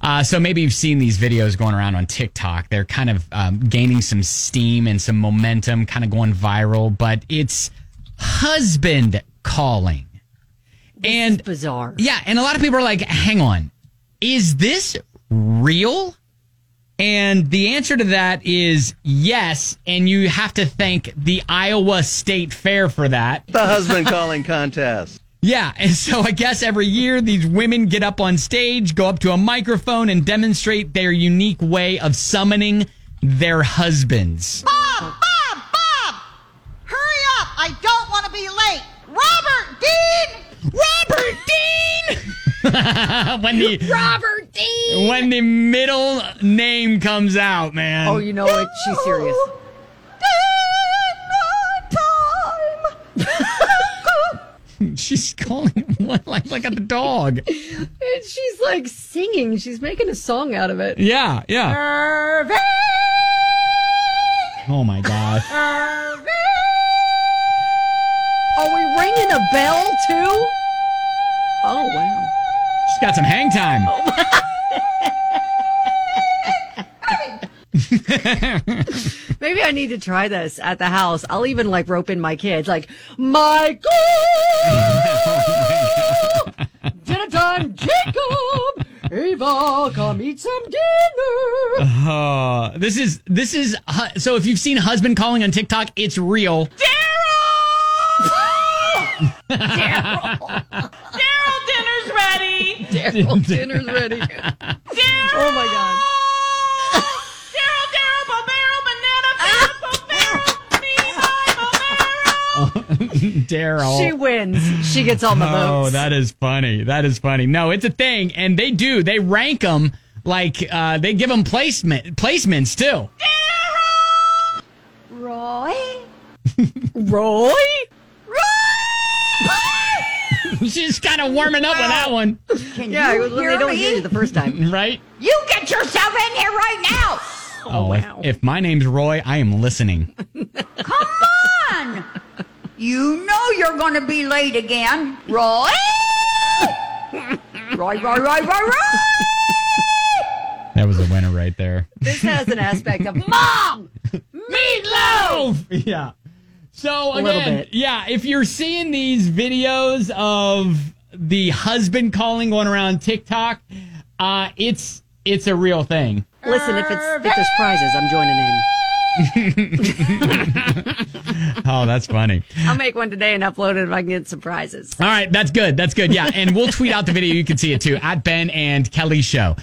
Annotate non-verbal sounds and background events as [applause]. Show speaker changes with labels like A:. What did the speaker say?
A: Uh, so maybe you've seen these videos going around on TikTok. They're kind of um, gaining some steam and some momentum, kind of going viral. But it's husband calling, and
B: Bizarre.
A: yeah, and a lot of people are like, hang on, is this real? And the answer to that is yes. And you have to thank the Iowa State Fair for that.
C: The husband calling contest.
A: Yeah. [laughs] And so I guess every year these women get up on stage, go up to a microphone, and demonstrate their unique way of summoning their
B: [laughs]
A: husbands. [laughs]
D: Bob, Bob, Bob! Hurry up! I don't want to be late. Robert Dean!
A: Robert Dean! when the
B: Robert D.
D: [laughs]
A: when the middle name comes out, man.
B: Oh, you know what? She's serious.
A: [laughs] She's calling [laughs] him like like at the dog.
B: And she's like singing. She's making a song out of it.
A: Yeah,
B: [laughs]
A: yeah. Oh my god.
B: Are we ringing a bell too? Oh wow.
A: She's got some hang time.
B: [laughs] Maybe I need to try this at the house. I'll even like rope in my kids, like Michael, [laughs] Jonathan, Jacob, Ava, come eat some dinner.
A: Uh, this is this is hu- so if you've seen husband calling on TikTok, it's
B: [laughs]
A: real.
D: Daryl, dinner's ready!
B: Daryl, dinner's [laughs] ready.
D: Daryl!
B: Oh my god.
D: Daryl, Daryl, Bobero, banana, banana, Bobero,
A: Daryl.
B: She wins. She gets all the votes.
A: Oh, that is funny. That is funny. No, it's a thing, and they do. They rank them like uh, they give them placement placements too. [laughs]
D: Roy? [laughs]
B: Roy?
A: She's kind of warming up with that one,
D: Can
B: Yeah,
D: you
B: it was when they
D: hear
B: don't
D: me?
B: hear you the first time.
A: right?
D: [laughs] You get yourself in here right now!
A: Oh, if-
B: wow.
A: if my name's Roy, I am listening.
D: Come on! You know you're going to be late again. Roy? Roy, Roy, Roy, Roy, Roy!
A: That was a winner right there.
B: This has an aspect of
D: Mom! Meatloaf!
A: [laughs] yeah. So
B: little
A: again,
B: bit.
A: yeah, if you're seeing these videos of the husband calling going around TikTok, uh, it's it's a real thing.
B: Listen, if it's if there's prizes, I'm joining in.
A: Oh, that's funny.
B: I'll make one today and upload it if I can get some prizes.
A: All right, that's good. That's good. Yeah, and we'll tweet out the video. You can see it too at Ben and Kelly Show.